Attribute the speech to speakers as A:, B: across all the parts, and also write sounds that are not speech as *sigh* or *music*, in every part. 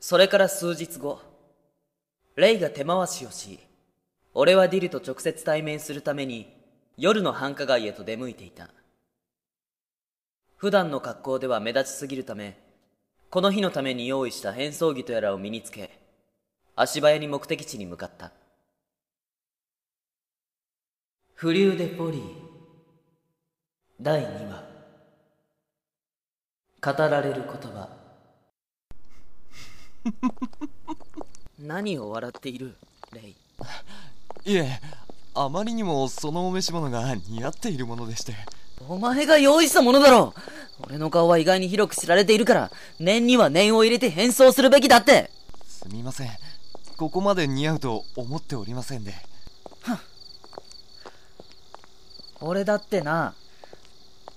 A: それから数日後、レイが手回しをし、俺はディルと直接対面するために夜の繁華街へと出向いていた。普段の格好では目立ちすぎるため、この日のために用意した変装着とやらを身につけ、足早に目的地に向かった。フリューデポリー第2話語られる言葉何を笑っているレイ
B: いえあまりにもそのお召し物が似合っているものでして
A: お前が用意したものだろ俺の顔は意外に広く知られているから念には念を入れて変装するべきだって
B: すみませんここまで似合うと思っておりませんで
A: 俺だってな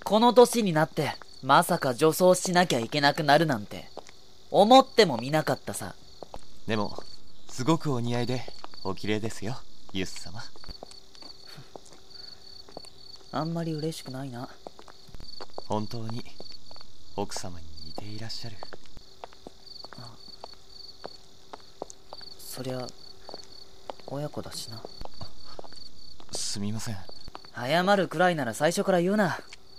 A: この年になってまさか女装しなきゃいけなくなるなんて思ってもみなかったさ
B: でもすごくお似合いでお綺麗ですよユス様
A: あんまり嬉しくないな
B: 本当に奥様に似ていらっしゃる
A: あそりゃ親子だしな
B: すみません
A: 謝るくらいなら最初から言うな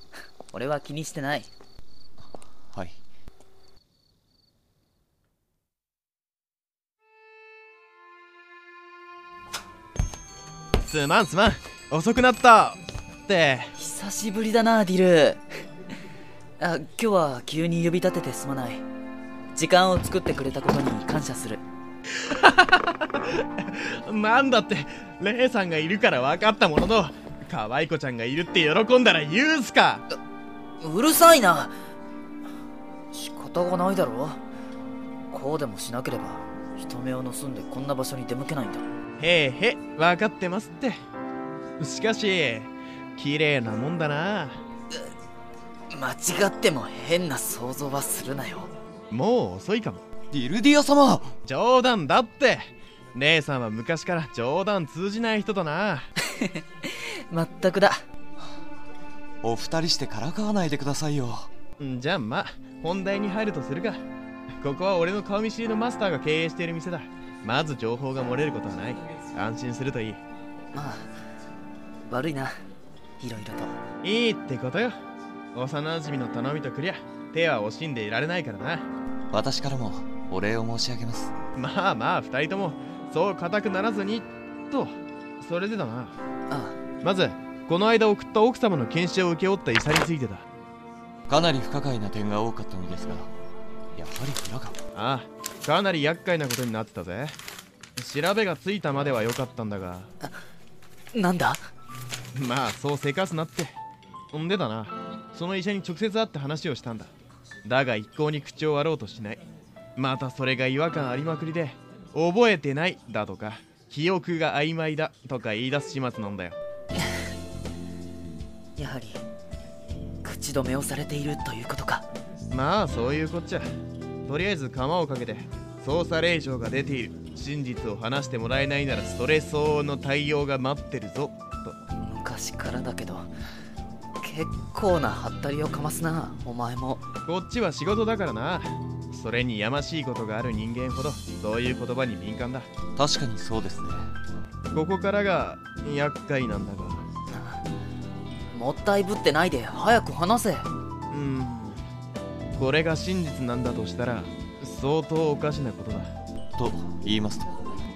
A: *laughs* 俺は気にしてない
B: はい
C: すまんすまん遅くなったって
A: 久しぶりだなディルあ今日は急に呼び立ててすまない時間を作ってくれたことに感謝する
C: なんだってレイさんがいるから分かったものの可愛い子ちゃんがいるって喜んだら言うすか
A: うるさいな仕方がないだろこうでもしなければ人目を盗んでこんな場所に出向けないんだ
C: へえへ分かってますってしかし綺麗なもんだな
A: 間違っても変な想像はするなよ
C: もう遅いかも
B: ディルディア様
C: 冗談だって姉さんは昔から冗談通じない人だな
A: まったくだ
B: お二人してからかわないでくださいよ
C: じゃあまあ本題に入るとするかここは俺の顔見知りのマスターが経営している店だまず情報が漏れることはない安心するといい
A: まあ悪いな色々
C: といいってことよ幼馴染の頼みとクリア手は惜しんでいられないからな
B: 私からもお礼を申し上げます
C: まあまあ二人ともそう固くならずにとそれでだな
A: ああ
C: まずこの間送った奥様の検視を請け負った医者についてだ
B: かなり不可解な点が多かったのですがやっぱり裏が
C: ああかなり厄介なことになってたぜ調べがついたまでは良かったんだが
A: なんだ
C: まあそうせかすなってんでだなその医者に直接会って話をしたんだだが一向に口を割ろうとしないまたそれが違和感ありまくりで覚えてないだとか記憶が曖昧だとか言い出す始末なんだよ
A: やはり口止めをされているということか
C: まあそういうこっちゃとりあえず釜をかけて捜査令状が出ている真実を話してもらえないならそれ相応の対応が待ってるぞと
A: 昔からだけど結構なハったりをかますなお前も
C: こっちは仕事だからなそれにやましいことがある人間ほどそういう言葉に敏感だ
B: 確かにそうですね
C: ここからが厄介なんだが
A: もったいぶってないで早く話せ
C: うんこれが真実なんだとしたら相当おかしなことだ
B: と言いますと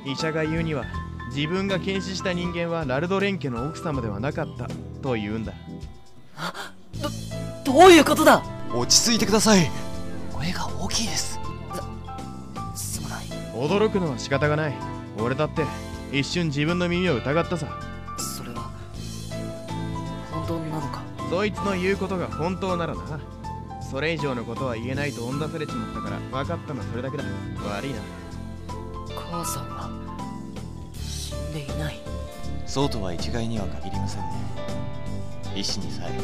C: 医者が言うには自分が検視した人間はラルド連家の奥様ではなかったと言うんだ
A: あどどういうことだ
B: 落ち着いてください声が大きいです
A: すまない
C: 驚くのは仕方がない俺だって一瞬自分の耳を疑ったさ
A: それは本当なのか
C: そいつの言うことが本当ならなそれ以上のことは言えないと恩出されちまったから分かったのはそれだけだ悪いな
A: 母さんは死んでいない
B: そうとは一概には限りませんね医師にさえ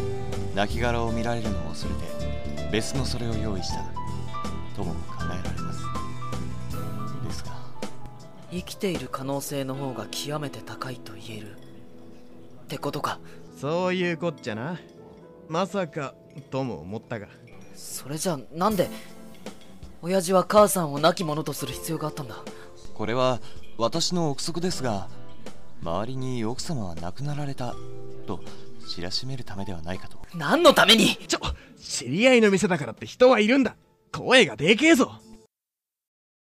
B: 亡きを見られるのを恐れて別のそれを用意したとも考えられますですが
A: 生きている可能性の方が極めて高いと言えるってことか
C: そういうこっちゃなまさかとも思ったが
A: それじゃなんで親父は母さんを亡き者とする必要があったんだ
B: これは私の憶測ですが周りに奥様は亡くなられたと知らしめるためではないかと
A: 何のために
C: ちょ知り合いの店だからって人はいるんだ声がでけえぞ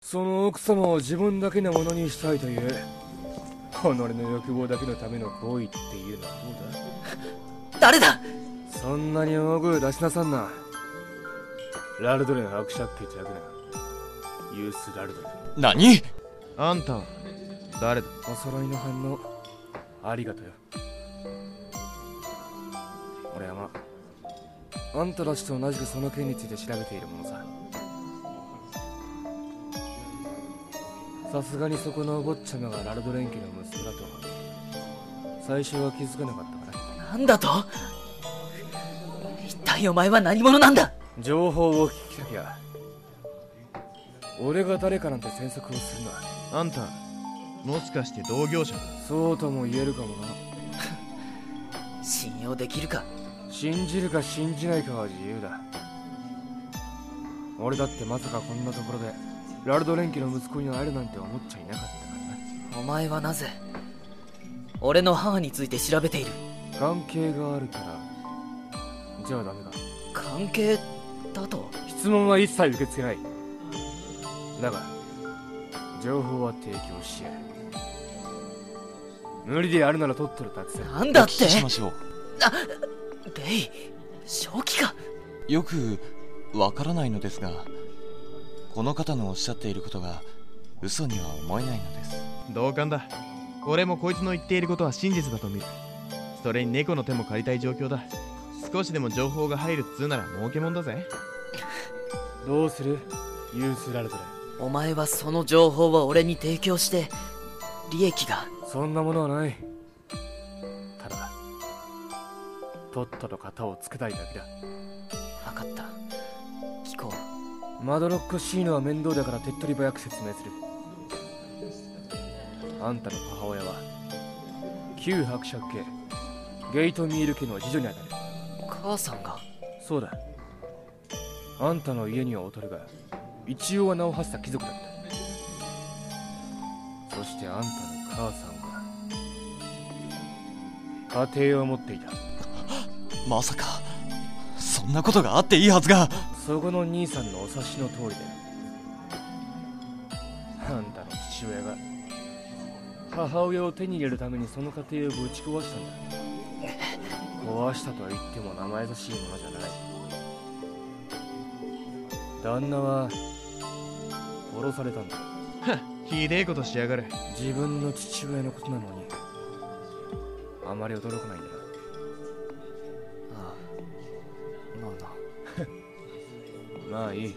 D: その奥様を自分だけのものにしたいという己の欲望だけのための行為っていうのはどうだ
A: 誰だ
D: そんなに大声出しなさんなラルドレン伯爵家着なユース・ラルドレン
B: 何
C: あんたは誰だ
D: お揃いの反応ありがとよ俺はまああんたたちと同じくその件について調べているものささすがにそこのお坊ちゃまがラルドレン家の息子だとは最初は気づかなかったから
A: なんだと一体お前は何者なんだ
D: 情報を聞きたきゃ俺が誰かなんて詮索をするな
C: あんたもしかして同業者
D: そうとも言えるかもな
A: 信用できるか
D: 信じるか信じないかは自由だ俺だってまさかこんなところでラルド連家の息子に会えるなんて思っちゃいなかったから
A: お前はなぜ俺の母について調べている
D: な関係があるからじゃあダメだ
A: 関係だと
D: 質問は一切受け付けないだが情報は提供し合う無理でやるなら取っとるだけさ
A: なんだ
B: お
A: って
B: 聞きしましょ
A: レイ正気か
B: うよくわからないのですがこの方のおっしゃっていることが嘘には思えないのです
C: 同感だ俺もこいつの言っていることは真実だと見るそれに猫の手も借りたい状況だ少しでも情報が入るっつうなら儲けもんだぜ
D: どうするユースラルドレ
A: お前はその情報を俺に提供して利益が
D: そんなものはないただとっとと型をつけたいだけだ
A: 分かった聞こう
D: まどろっこしいのは面倒だから手っ取り早く説明するあんたの母親は旧伯爵家ゲイトミール家の次女にあたる
A: 母さんが
D: そうだあんたの家には劣るが一応は名を馳せた貴族だったそしてあんたの母さんが家庭を持っていた
B: まさかそんなことがあっていいはずが
D: そこの兄さんのお察しの通りであんたの父親が母親を手に入れるためにその家庭をぶち壊したんだ壊したとは言っても生優しいものじゃない旦那は殺されたんだ
C: ひでえことしやがる
D: 自分の父親のことなのにあまり驚かないん
A: あ
D: だな
A: あまあな
D: まあいい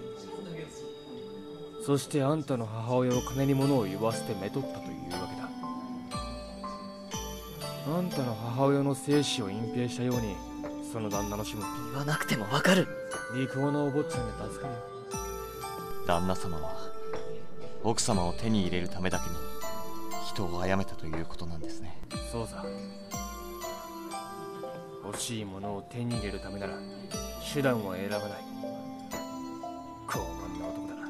D: そしてあんたの母親を金に物を言わせてめとったというわけだあんたの母親の生死を隠蔽したようにその旦那の死も
A: 言わなくても分かる
D: 利口なお坊ちゃんで助かるよ
B: 旦那様は奥様を手に入れるためだけに人を殺めたということなんですね
D: そうさ欲しいものを手に入れるためなら手段は選ばない傲慢な男だな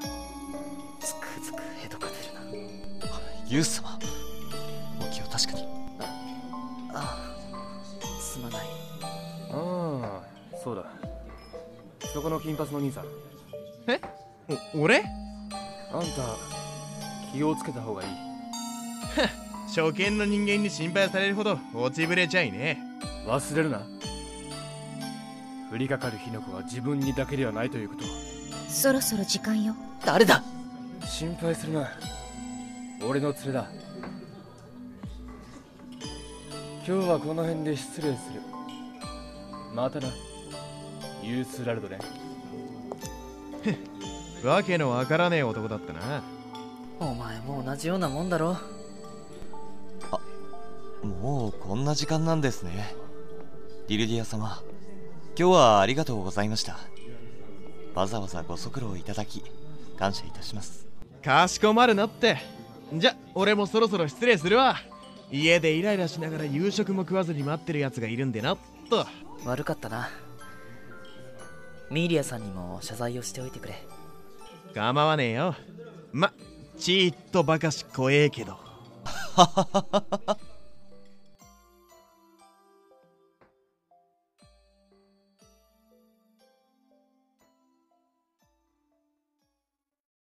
A: つくづくヘドが出るな
B: ユウス様お気を確かに
A: ああすまない
D: ああそうだそこの金髪の兄さん
C: お俺
D: あんた気をつけた方がいい
C: 初見の人間に心配されるほど落ちぶれちゃいね
D: 忘れるな降りかかる火の粉は自分にだけではないというこ
E: そろそろ時間よ
A: 誰だ
D: と心配するな俺の連れだ今日はこの辺で失礼するまたなユースラルドね
C: わけのわからねえ男だったな
A: お前も同じようなもんだろ
B: もうこんな時間なんですねリルディア様今日はありがとうございましたわざわざご足労いただき感謝いたします
C: かしこまるなってじゃ俺もそろそろ失礼するわ家でイライラしながら夕食も食わずに待ってるやつがいるんでなっと
A: 悪かったなミーリアさんにも謝罪をしておいてくれ
C: 構わねえよまちーっとばかし怖えけど